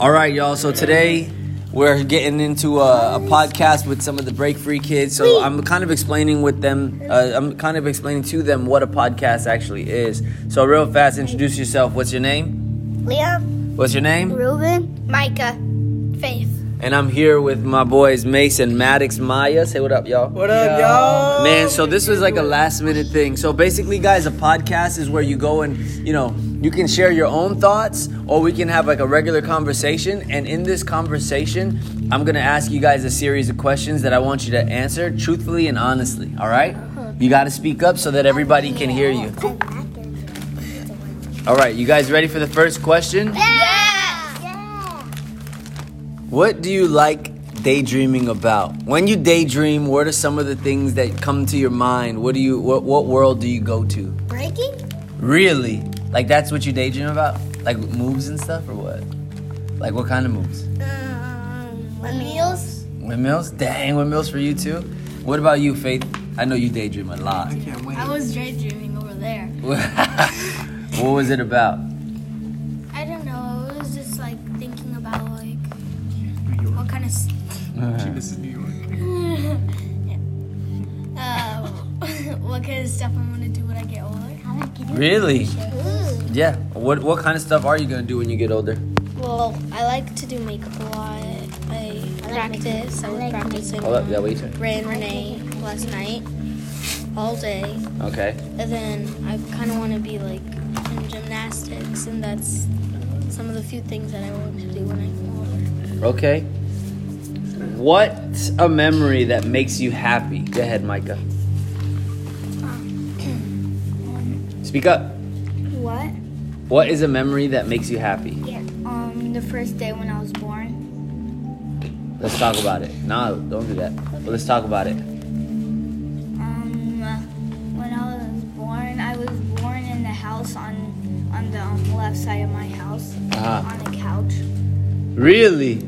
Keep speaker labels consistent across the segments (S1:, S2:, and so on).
S1: All right, y'all. So today we're getting into a, a podcast with some of the Break Free kids. So I'm kind of explaining with them. Uh, I'm kind of explaining to them what a podcast actually is. So real fast, introduce yourself. What's your name?
S2: Liam,
S1: What's your name?
S2: Reuben, Micah, Faith.
S1: And I'm here with my boys Mason, Maddox, Maya. Say what up, y'all.
S3: What up, y'all?
S1: Man, so this was like a last minute thing. So basically, guys, a podcast is where you go and, you know, you can share your own thoughts or we can have like a regular conversation. And in this conversation, I'm going to ask you guys a series of questions that I want you to answer truthfully and honestly. All right? You got to speak up so that everybody can hear you. All right, you guys ready for the first question?
S2: Yeah. Yeah.
S1: What do you like daydreaming about? When you daydream, what are some of the things that come to your mind? What do you what, what world do you go to?
S2: Breaking?
S1: Really? Like that's what you daydream about? Like moves and stuff or what? Like what kind of moves?
S2: Um, windmills?
S1: Windmills? Dang, windmills for you too. What about you, Faith? I know you daydream a lot.
S3: I can't wait.
S4: I was daydreaming over there.
S1: what was it about?
S4: I don't know. It was just like thinking about like what kind of s-
S3: This is New York.
S4: uh, what kind of stuff I'm gonna do when I get older.
S1: Really?
S2: Ooh.
S1: Yeah. What what kind of stuff are you gonna do when you get older?
S4: Well, I like to do makeup a lot. I practice. I was practicing
S1: Hold up, yeah, wait.
S4: Ray and Renee last night, all day,
S1: Okay.
S4: and then I kind of want to be like in gymnastics, and that's some of the few things that I want to do when I get older.
S1: Okay. What a memory that makes you happy. Go ahead, Micah. Speak up.
S5: What?
S1: What is a memory that makes you happy?
S5: Yeah. Um, the first day when I was born.
S1: Let's talk about it. No, don't do that. But let's talk about it.
S5: Um, when I was born, I was born in the house on on the um, left side of my house
S1: Uh-huh.
S5: on the couch.
S1: Really?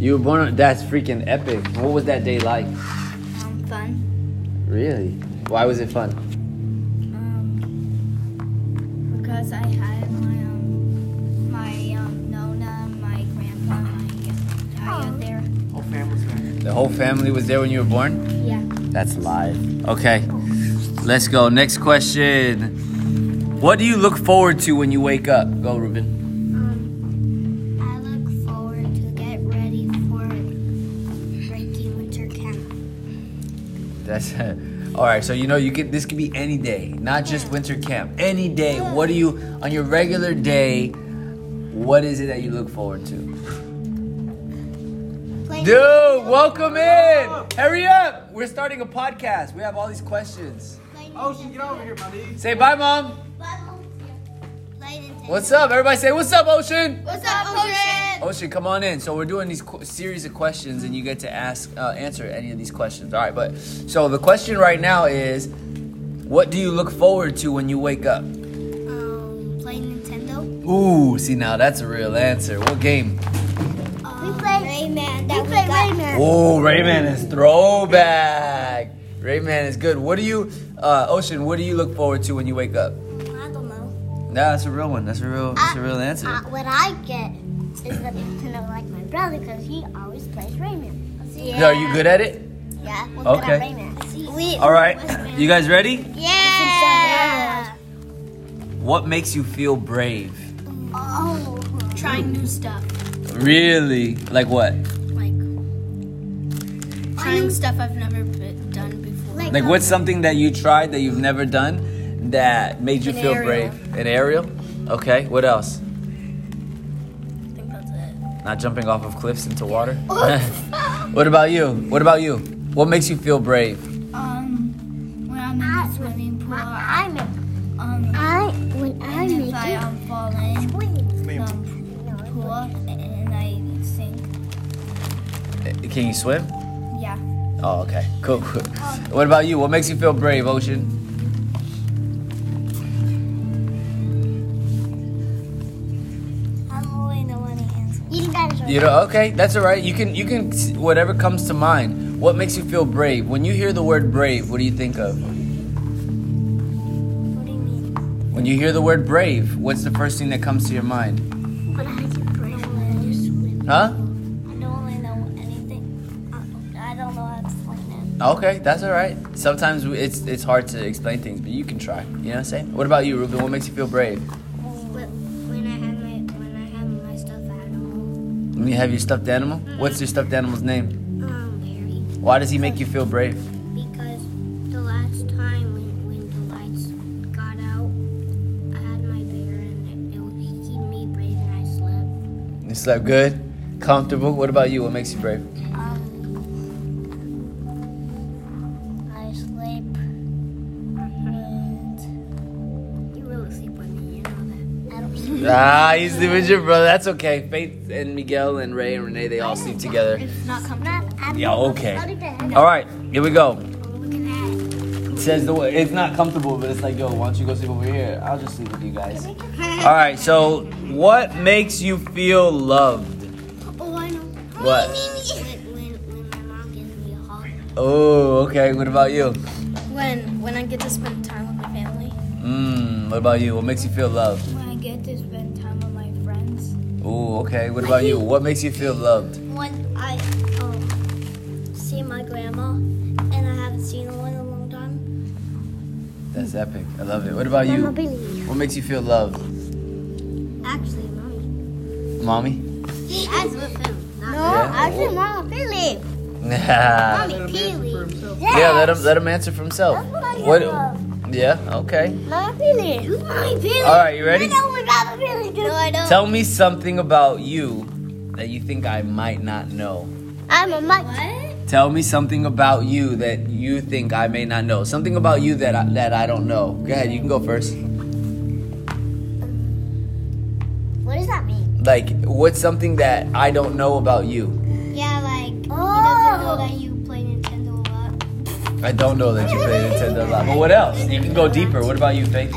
S1: You were born on. That's freaking epic. What was that day like?
S5: Um, fun.
S1: Really? Why was it fun?
S5: Um, because I had my um my um Nona, my grandpa, my Yaya there.
S3: Whole family's back.
S1: The whole family was there when you were born?
S5: Yeah.
S1: That's live. Okay. Let's go. Next question. What do you look forward to when you wake up? Go, Ruben.
S2: Um, I look forward to get ready for breaking winter camp.
S1: That's all right. So you know you could this could be any day, not just winter camp. Any day. What do you on your regular day? What is it that you look forward to?
S2: Playing
S1: Dude, welcome in. Hurry up. We're starting a podcast. We have all these questions.
S2: playing
S3: Ocean, get over here, buddy.
S1: Say bye, mom. What's up? Everybody say what's up, Ocean.
S2: What's up, Ocean?
S1: Ocean, come on in. So we're doing these qu- series of questions, and you get to ask, uh, answer any of these questions. All right, but so the question right now is, what do you look forward to when you wake up?
S2: Um, playing Nintendo.
S1: Ooh, see now that's a real answer. What game?
S2: we play Rayman. That we play Rayman.
S1: Oh, Rayman is throwback. Rayman is good. What do you, uh, Ocean? What do you look forward to when you wake up?
S2: I don't know.
S1: Nah, that's a real one. That's a real. That's a real answer.
S2: Uh, what I get is the Nintendo like my brother because he always plays Rayman.
S1: Yeah, Are you good at it?
S2: Yeah.
S1: Okay.
S2: We,
S1: All right. You guys ready?
S2: Yeah.
S1: What makes you feel brave?
S2: Oh.
S4: Trying new stuff,
S1: Really? Like what?
S4: like trying stuff I've never been, done before.
S1: Like what's something that you tried that you've never done that made you
S4: An
S1: feel
S4: aerial.
S1: brave? An aerial. Okay. What else?
S4: I think that's it.
S1: Not jumping off of cliffs into water. what about you? What about you? What makes you feel brave?
S5: Um, when I'm in the swimming pool, I,
S2: I'm a,
S5: um,
S2: I when I make
S5: if I
S2: it.
S5: um fall in
S2: Wait.
S5: the
S2: No.
S5: pool and I sink,
S1: Can you swim?
S5: yeah.
S1: Oh, okay. Cool.
S4: Um,
S1: What about you? What makes you feel brave, Ocean?
S2: I'm only the one to answer. You guys are.
S1: You know, okay, that's all right. You can you can s- whatever comes to mind. What makes you feel brave? When you hear the word brave, what do you think of?
S2: What do you mean?
S1: When you hear the word brave, what's the first thing that comes to your mind?
S2: What I do brave?
S1: Huh?
S2: I don't really know anything. I I don't know how to explain
S1: Okay, that's all right. Sometimes we- it's it's hard to explain things, but you can try. You know what I'm saying? What about you, Ruben? What makes you feel brave?
S2: it. When, when I had my when I had my stuffed animal,
S1: When you have your stuffed animal? What's your stuffed animal's name?
S2: um, Barry,
S1: Why does he make you feel brave?
S2: because the last time when, when the lights got out, I had my bear and it, it would keep me brave and I slept.
S1: You slept good? Comfortable? What about you? What makes you brave?
S2: Um,
S1: Um.
S2: I sleep with.
S1: Mm-hmm.
S2: You really sleep with me, you know that. I don't sleep.
S1: Ah, you sleep with your brother. That's okay. Faith and Miguel and Ray and Renee, they all sleep together.
S5: It's not comfortable.
S2: Not,
S1: Yeah, okay. All right, here we go. It says the way, it's not comfortable, but it's like, yo, why don't you go sleep over here? I'll just sleep with you guys. All right, so what makes you feel loved?
S2: Oh, I know.
S1: What?
S2: When, when, when my mom gives me a hug.
S1: Oh, okay. What about you?
S4: When when I get to spend time with my family,
S1: Mmm. What about you? What makes you feel loved?
S5: When I get to spend time with my friends,
S1: Ooh, okay. What about you? What makes you feel loved?
S2: When I um, see my grandma, and I haven't seen her in a long time.
S1: That's epic. I love it. What about you?
S2: Billy.
S1: What makes you feel loved?
S2: Actually, mommy.
S1: Mommy?
S2: That's with him. Not
S1: No, Yeah. actually,
S2: Mama Billy.
S1: yeah, let
S3: Let him answer for himself.
S1: him let him answer for himself. What? Yeah, okay.
S2: Mama Billy. Who's Mama Billy?
S1: All right, you ready?
S2: I know what Mama Billy does. No, I don't.
S1: Tell me something about you that you think I might not know.
S2: I'm a mic.
S1: Tell me something about you that you think I may not know. Something about you that I, that I don't know. Go ahead, you can go first.
S2: What does that mean?
S1: Like, what's something that I don't know about you?
S2: Yeah, like he doesn't
S5: Oh.
S2: know that you play Nintendo a lot.
S1: I don't know that you play Nintendo a lot. But what else? You can go deeper. What about you, Faith?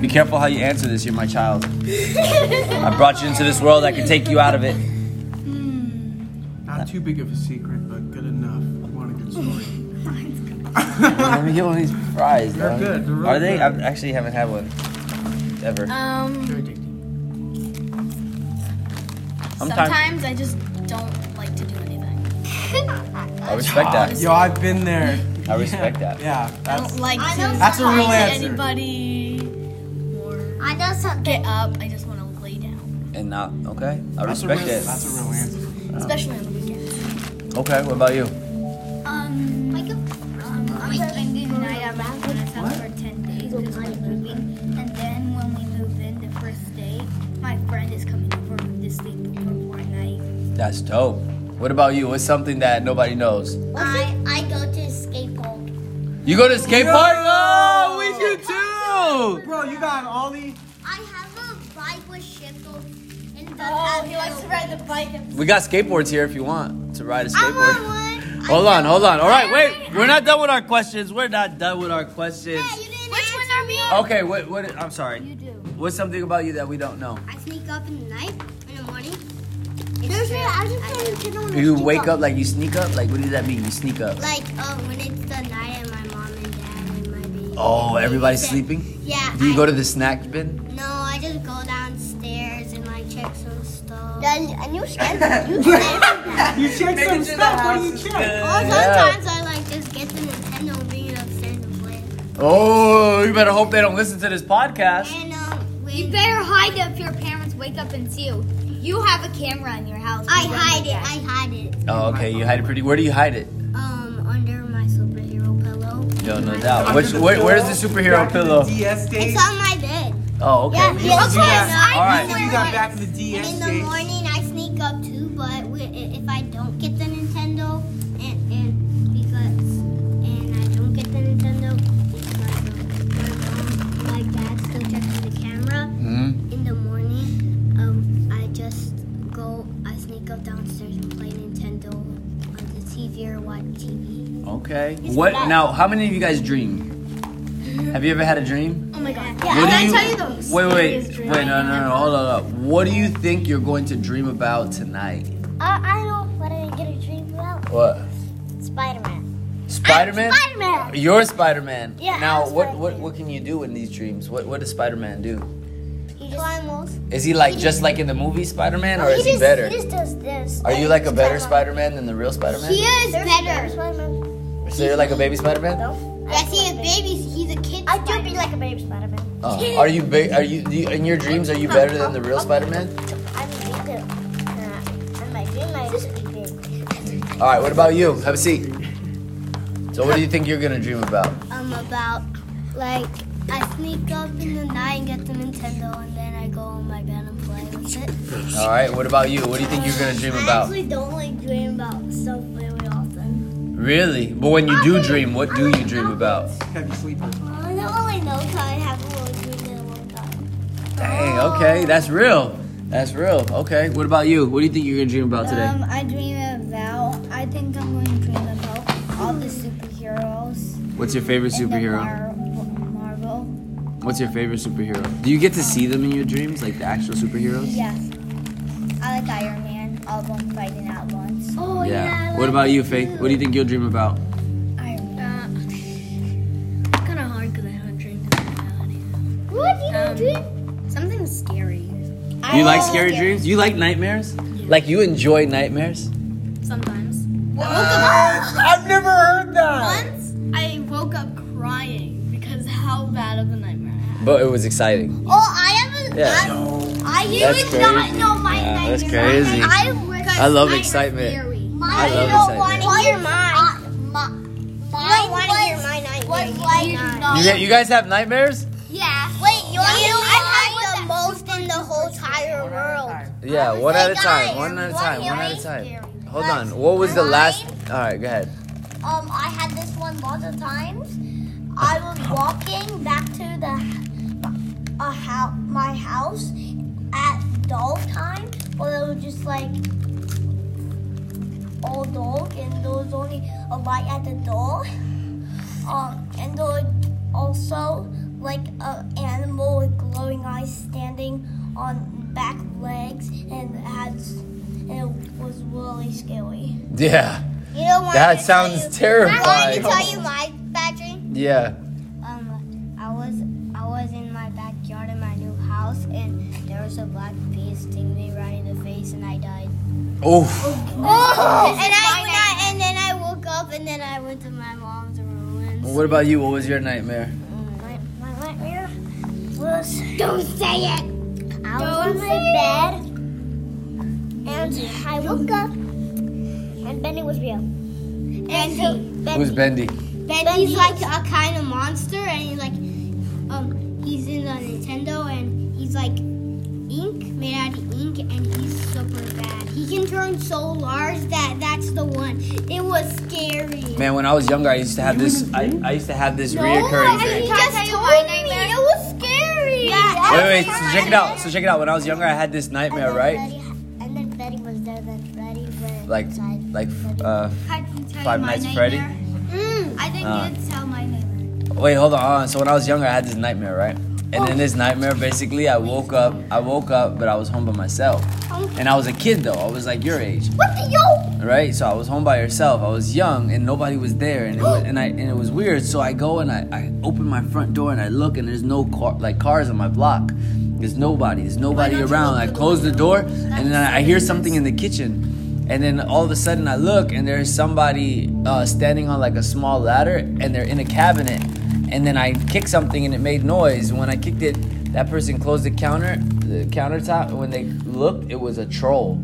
S1: Be careful how you answer this. You're my child. I brought you into this world. I can take you out of it.
S3: Not too big of a secret, but good enough. Want a good story?
S1: Let me get one of these fries.
S3: They're
S1: dog.
S3: good. They're real
S1: Are they? I
S3: good.
S1: actually haven't had one ever.
S3: They're
S4: um,
S3: addicting.
S4: sometimes I just don't like to do anything.
S1: I respect that.
S3: Yo, I've been there.
S1: I respect that.
S3: Yeah,
S4: I
S3: that's
S4: don't like
S2: I
S4: to
S2: know
S3: that's a real
S4: talk to
S3: answer.
S4: anybody or
S2: I know something.
S4: get up. I just want to lay down,
S1: And not okay. I
S3: That's a,
S1: respect
S3: real,
S1: it.
S3: that's a real answer.
S4: especially on the weekends.
S1: Okay. What about you?
S5: um, we spend the night at my grandma's house for ten days because we're moving, and then when we move in the first day, my friend is coming over to sleep over for a night.
S1: That's dope. What about you? What's something that nobody knows?
S2: I, I go to skate park.
S1: You go to skate
S3: Yo!
S1: park? Oh, we do too.
S3: Bro, you got an ollie?
S2: I have a bike with Shippo. And
S4: the bike. And-
S1: We got skateboards here if you want to ride a
S2: I want
S1: skateboard.
S2: one.
S1: Hold on, hold on. All right, wait. We're not done with our questions. We're not done with our questions.
S2: Yeah, you didn't Which ones are me?
S1: Okay. What? What? I'm sorry.
S2: do.
S1: What's something about you that we don't know?
S2: I sneak up in the night, in the morning. Usually, I just play Nintendo when I
S1: You
S2: sneak
S1: wake up like you sneak up. Like what does that mean? You sneak up.
S2: Like, oh, when it's the night and my mom and dad and my baby.
S1: Oh, everybody's
S2: Yeah.
S1: sleeping.
S2: Yeah.
S1: Do you
S2: I-
S1: go to the snack bin?
S2: No, I just go downstairs and like check some stuff. Then and you check you check.
S3: You checked some stuff. What do you check?
S2: Well,
S1: Yeah.
S2: sometimes I like just get the Nintendo and bring it upstairs and play.
S1: Oh, you better hope they don't listen to this podcast.
S2: And um, when
S5: You better hide it if your parents wake up and see you. You have a camera in your house.
S2: I hide it, I hide it.
S1: Oh, okay. You hide it pretty. Where do you hide it?
S2: Um, under my superhero pillow.
S1: Yo, no
S2: My-
S1: doubt. Which, where, where's the superhero
S3: Back in the
S1: pillow?
S3: DS days.
S2: It's on my bed.
S1: Oh, okay.
S2: Yeah, yeah,
S3: Of course, I
S1: All
S3: You
S1: right.
S3: got back in the
S2: And
S3: DS
S2: in the
S3: days.
S2: morning I sneak up too, but wi- i- if I don't get the Nintendo, and and because and I don't get the Nintendo because um, my mom, my dad still checks the camera.
S1: Mhm.
S2: In the morning, um, I just go, I sneak up downstairs and play Nintendo on the TV or watch TV.
S1: Okay. What now? How many of you guys dream? Have you ever had a dream?
S4: oh my god.
S2: Yeah,
S1: What
S2: and
S1: do
S2: I
S1: you-
S2: tell you the
S1: Wait, wait,
S4: Serious
S1: wait.
S4: dream.
S1: No, no, no. Hold on. hold on. What do you think you're going to dream about tonight?
S2: I, Uh, I know what I get a dream about.
S1: What?
S2: Spider Man.
S1: Spider Man.
S2: Spider Man.
S1: You're Spider Man.
S2: Yeah,
S1: Now, what,
S2: I'm
S1: what
S2: Spider-Man.
S1: what can you do in these dreams? What what does Spider Man do?
S2: He slime walls.
S1: Is he like just like in the movie Spider Man, or
S2: He
S1: is he
S2: just-
S1: better?
S2: He just does this.
S1: Are you like a better Spider Man than the real Spider
S2: He
S1: Man?
S2: is better.
S1: So you're like a baby Spider Man?
S2: Yes, he is baby. He's a kid. I do be like a baby Spider-Man.
S1: Oh. Are you ba- are you, do you in your dreams? Are you better than the real Spider Man?
S2: I'm big. Uh, I might be big.
S1: All right. What about you? Have a seat. So what do you think you're gonna dream about?
S2: um about like I sneak up in the night and get the Nintendo and then I go on my bed and play with it.
S1: All right. What about you? What do you think you're gonna dream about?
S2: don't like dream about stuff really often.
S1: Really? But when you do dream, what do you dream about?
S3: Heavy sleeper.
S2: I don't really know because I Um, haven't really dreamed in a long time.
S1: Dang. Okay. That's real. That's real. Okay. What about you? What do you think you're gonna dream about today?
S5: Um, I dream about. I think I'm going to dream about all the superheroes.
S1: What's your favorite
S5: in the
S1: superhero?
S5: Mar- Marvel.
S1: What's your favorite superhero? Do you get to see them in your dreams, like the actual superheroes?
S5: Yes. I like Iron Man. All of them fighting at once.
S2: Oh
S1: What about you, Faith? What do you think you'll dream about?
S5: Iron Man.
S4: Uh, kind of hard because I haven't dreamed about reality.
S2: What you
S4: Um, Something scary.
S1: You like
S5: I
S1: scary dreams? You like nightmares? Like you enjoy nightmares?
S4: Sometimes.
S3: Uh,
S1: I've never heard that.
S4: Once I woke up crying because how bad of a nightmare I had.
S1: But it was exciting.
S2: Oh, I have a.
S1: Yeah.
S2: I
S1: That's
S2: even not
S1: crazy.
S2: know my
S1: Yeah,
S2: nightmare.
S1: that's crazy.
S2: I, wish-
S1: I love excitement.
S2: Mine,
S1: I love
S2: don't
S1: excitement.
S2: want to hear mine. My, mine want to hear my nightmare. Was like
S1: You, get- you guys have nightmares?
S2: Yeah. Wait, you want to I had the most in the whole entire world.
S1: Yeah, one at a
S2: like,
S1: time.
S2: I
S1: One at a
S2: want
S1: time. One at a
S2: ice
S1: time. Hold on. What was the last? All right, go ahead.
S2: Um, I had this one lots of times. I was walking back to the a house, my house at doll time. Well, it was just like all dog, and there was only a light at the door. Um, and there was also like an animal with glowing eyes standing on back legs, and it had and it was really scary.
S1: Yeah,
S2: You know what?
S1: that sounds
S2: I wanted to
S1: terrifying.
S2: tell you my bad dream.
S1: Yeah.
S2: Um, I was I was in my backyard in my new house, and there was a black bee sting me right in the face, and I died.
S1: Oh.
S2: Oh! And I went out, and then I woke up, and then I went to my mom's ruins. Mm,
S1: What about you? What was your nightmare?
S2: My, my nightmare was. Don't say it. I was in my bed, and I woke up, and Benny was real. And so- Benny.
S1: Who's Bendy?
S2: Then he's like a kind of monster, and he's like, um, he's in the Nintendo, and he's like ink, made out of ink, and he's super bad. He can turn so large that that's the one. It was scary.
S1: Man, when I was younger, I used to have this. I, I used to have this reoccurring
S2: I
S1: thing.
S2: just told me it was scary. Yeah.
S1: Wait, wait. So check it out. So check it out. When I was younger, I had this
S2: And
S1: nightmare,
S2: then
S1: right?
S2: Freddy- And then Freddy was there. Then Freddy went
S1: Like,
S2: inside.
S1: like, uh,
S5: I can tell
S1: Five
S5: you my
S1: Nights at Freddy?
S5: nightmare.
S2: Mm.
S5: I think
S1: Uh.
S5: you'd tell my nightmare.
S1: wait, hold on, hold on. So when I was younger, I had this nightmare, right? And in this nightmare, basically, I woke up. I woke up, but I was home by myself. And I was a kid though. I was like your age,
S2: Um, What the yo?
S1: right? So I was home by herself. I was young, and nobody was there, and it was, and I and it was weird. So I go and I, I open my front door and I look, and there's no car like cars on my block. There's nobody. There's nobody around. I close the door, and then I, I hear something in the kitchen, and then all of a sudden I look, and there's somebody uh, standing on like a small ladder, and they're in a cabinet, and then I kick something, and it made noise. When I kicked it. That person closed the counter, the countertop. and When they looked, it was a troll,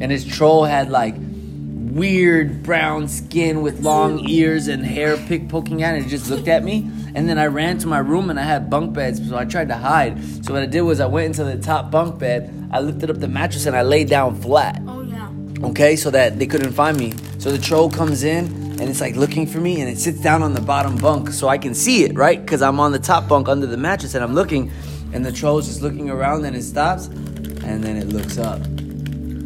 S1: and this troll had like weird brown skin with long ears and hair pick poking out and it just looked at me and then i ran to my room and i had bunk beds so i tried to hide so what i did was i went into the top bunk bed i lifted up the mattress and i laid down flat
S4: Oh yeah.
S1: okay so that they couldn't find me so the troll comes in and it's like looking for me and it sits down on the bottom bunk so i can see it right because i'm on the top bunk under the mattress and i'm looking and the troll's just looking around and it stops and then it looks up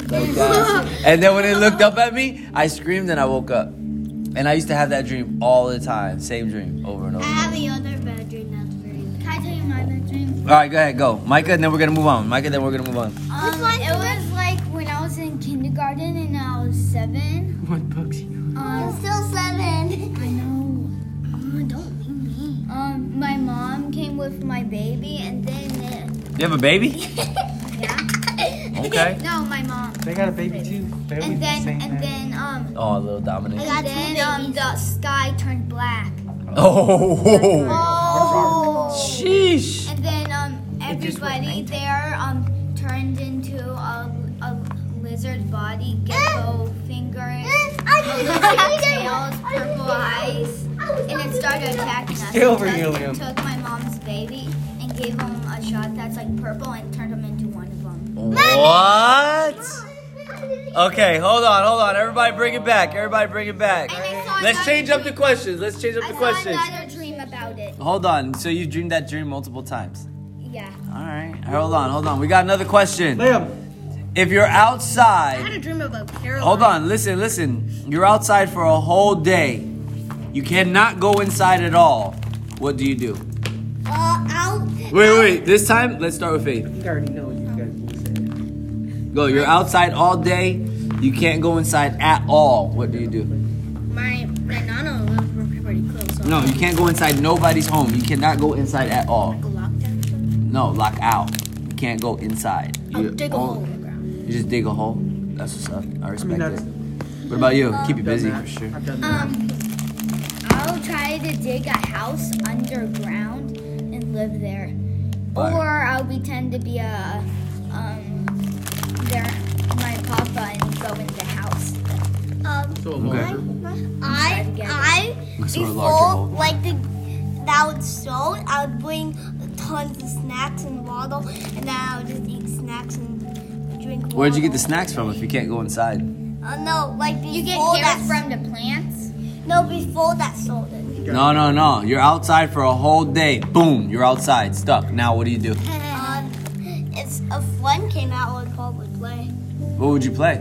S1: like that and then when it looked up at me i screamed and i woke up and i used to have that dream all the time same dream over and over
S2: I have another bad dream that's very
S5: Can I tell you my bad dream?
S1: all right go ahead go micah and then we're gonna move on micah then we're gonna move on
S5: Um, it was like when I was in kindergarten and I was seven.
S3: What bugs you?
S5: Um,
S2: still seven.
S5: I know. Oh, don't leave me. Um, my mom came with my baby, and then it,
S1: You have a baby?
S2: Yeah.
S1: Okay.
S2: No, my mom.
S3: They got a baby too. They
S2: And then and then um
S1: Oh, little Dominic.
S2: and then um the sky turned black.
S1: Oh,
S2: Oh.
S1: sheesh.
S2: And then um
S3: just went
S2: everybody there um turned into a, a lizard body, gecko fingers, tails, purple eyes, and it started attacking us.
S3: Stay over
S2: Dustin
S3: here, Liam.
S2: Took my mom's baby and gave him a shot that's like purple and turned him into one of them.
S1: What?
S3: Uh,
S1: Okay, hold on, hold on. Everybody bring it back. Everybody bring it back.
S2: And I saw
S1: Let's
S2: another
S1: change up the
S2: dream-
S1: questions. Let's change up
S2: I
S1: the
S2: saw
S1: questions.
S2: another dream about it.
S1: Hold on. So you dreamed that dream multiple times.
S2: Yeah.
S1: All right. Hold on, hold on. We got another question.
S3: Liam.
S1: If you're outside,
S4: a dream about Caroline.
S1: hold on, listen, listen. You're outside for a whole day. You cannot go inside at all. What do you do?
S4: Oh,
S5: Uh, I'll.
S1: Wait, wait. This time, let's start with Faith.
S3: You already know you guys will say it.
S1: Go. You're outside all day. You can't go inside at all. What do you do?
S4: My my nana lives we're pretty close. So
S1: No, you can't go inside nobody's home. You cannot go inside at all.
S4: Like a lockdown. or something.
S1: No, lock out. You can't go inside.
S4: Oh,
S1: You
S4: dig a
S1: on-
S4: hole in the ground.
S1: You just dig a hole. That's what's up. I respect
S3: that's-
S1: it. What about you? Keep you
S3: Done
S1: busy
S3: that.
S1: for sure.
S3: I've done that.
S2: Um, I'll try to dig a house underground and live there,
S1: Fire.
S2: or I'll pretend to be a um, their my papa and go in the house.
S5: Um,
S3: So
S1: Okay.
S5: I, I,
S1: Let's throw a larger
S5: before,
S1: hole.
S5: like, the, that would snow, I would bring tons of snacks and water, and then I would just eat snacks and drink water.
S1: Where'd you get the snacks from if you can't go inside?
S5: Uh, no, like, before
S2: You get
S5: that,
S2: carrots from the plants.
S5: no, before that snowed.
S1: No, no, no. You're outside for a whole day. Boom, you're outside, stuck. Now what do you do?
S5: Um, it's, a friend came out, I would probably play.
S1: What would you play?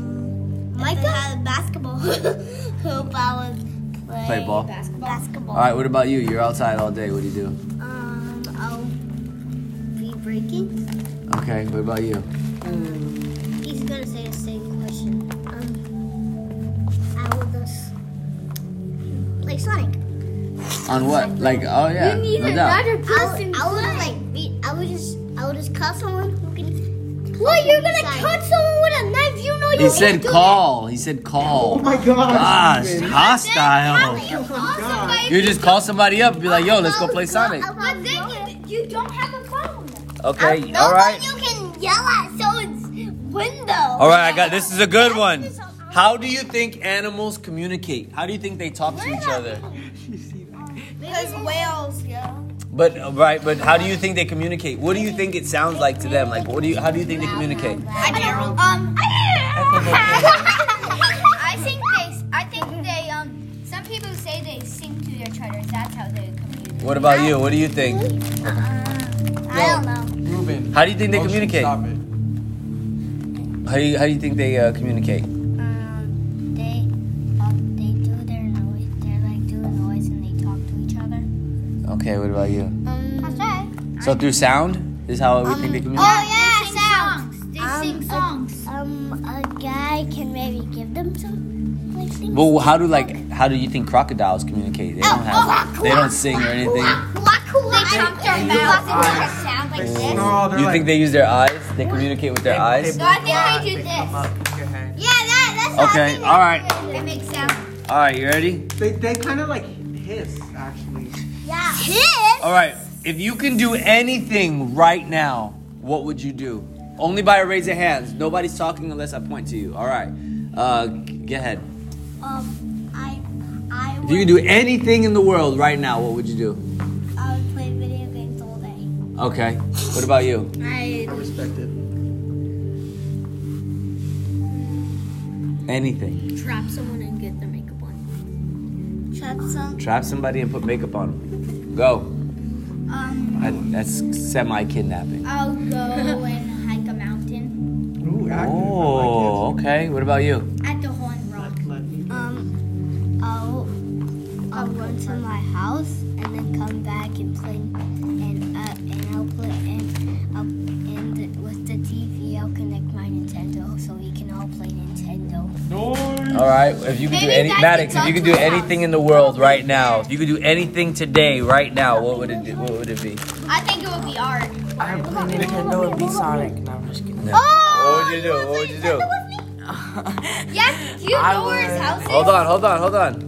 S5: Micah? They had a basketball hoop, I would play.
S1: Play ball.
S5: Basketball. basketball.
S1: All right. What about you? You're outside all day. What do you do?
S5: Um, I'll be breaking.
S1: Okay. What about you?
S5: He's gonna say the same question. Um, I will just like Sonic.
S1: On what? Like, oh yeah. no doubt.
S5: person. I would like beat. I would just. I would just call someone who can. What? You're gonna cut someone with a knife? You know
S1: He said call. He said call.
S3: Oh my gosh.
S1: Gosh, hostile.
S5: You
S1: You just call somebody up, and be like, yo, let's go play Sonic.
S5: But then you, you don't have a problem.
S1: Okay. All right.
S5: you can yell at someone's window.
S1: All right, I got this is a good one. How do you think animals communicate? How do you think they talk to each other?
S5: Because whales, yeah.
S1: But uh, right, but how do you think they communicate? What do you think it sounds like to them? Like what do you how do you think they communicate?
S2: I don't. Um, I think they. I think they. Um, some people say they sing to their treasures. That's how they communicate.
S1: What about you? What do you think?
S5: I don't know.
S3: Ruben.
S1: How do you think they
S3: Ocean,
S1: communicate? How
S3: Stop it.
S1: do you, how do you think they uh, communicate?
S5: Um, they, um, they do their noise. They like do a noise and they talk to each other.
S1: Okay, what about you?
S5: That's right.
S1: So through sound is how we think they communicate.
S2: Oh, yeah, uh, they sing songs. They
S5: Um,
S2: sing
S5: a-
S2: songs.
S5: Um, a guy can maybe give them some like things.
S1: Well, how do like how do you think crocodiles communicate? They don't have they don't sing or anything.
S2: They trumped their mouths and make a sound like this.
S3: No, Oh, they're
S1: You
S3: like,
S1: think they use their eyes? They communicate with their eyes?
S2: No, I think they do
S3: come
S2: this.
S3: up with your hand.
S2: Yeah, that, that's
S1: what I Okay, think all right.
S2: It makes sound.
S1: All right, you ready?
S3: They, they kind of like hiss, actually.
S5: Yeah.
S1: All right. If you can do anything right now, what would you do? Only by a raise of hands. Nobody's talking unless I point to you. All right. Uh, get ahead.
S5: Um, I, I
S1: If you
S5: would,
S1: could do anything in the world right now, what would you do?
S5: I would play video games all day.
S1: Okay. What about you?
S3: I respect it.
S1: Anything.
S4: Trap someone and get their makeup on.
S5: Trap some.
S1: Trap somebody and put makeup on 'em. Go.
S2: Um,
S1: I, that's semi kidnapping.
S2: I'll go and hike a mountain
S3: Ooh, active.
S1: Oh, okay. What about you?
S2: at the Horn Rock.
S3: Let me.
S5: Um, I'll, I'll run to my house and then come back and play, and uh, and I'll play and I'll, and with the TV I'll connect my Nintendo so we can all play Nintendo.
S3: No.
S1: All right. If you could do
S2: Maybe
S1: any
S2: guys
S1: Maddox,
S2: can
S1: if you
S2: talk
S1: could
S2: to
S1: do
S2: us.
S1: anything in the world right now, if you could do anything today, right now, what would it do? What would it be?
S2: I think it would be art.
S6: I would play Nintendo and be Sonic. No, I'm just kidding.
S1: What
S2: Oh,
S1: would you do? What would you do?
S2: Yes, you
S6: I
S2: know where his
S6: would-
S2: house is.
S1: Hold on, hold on, hold on.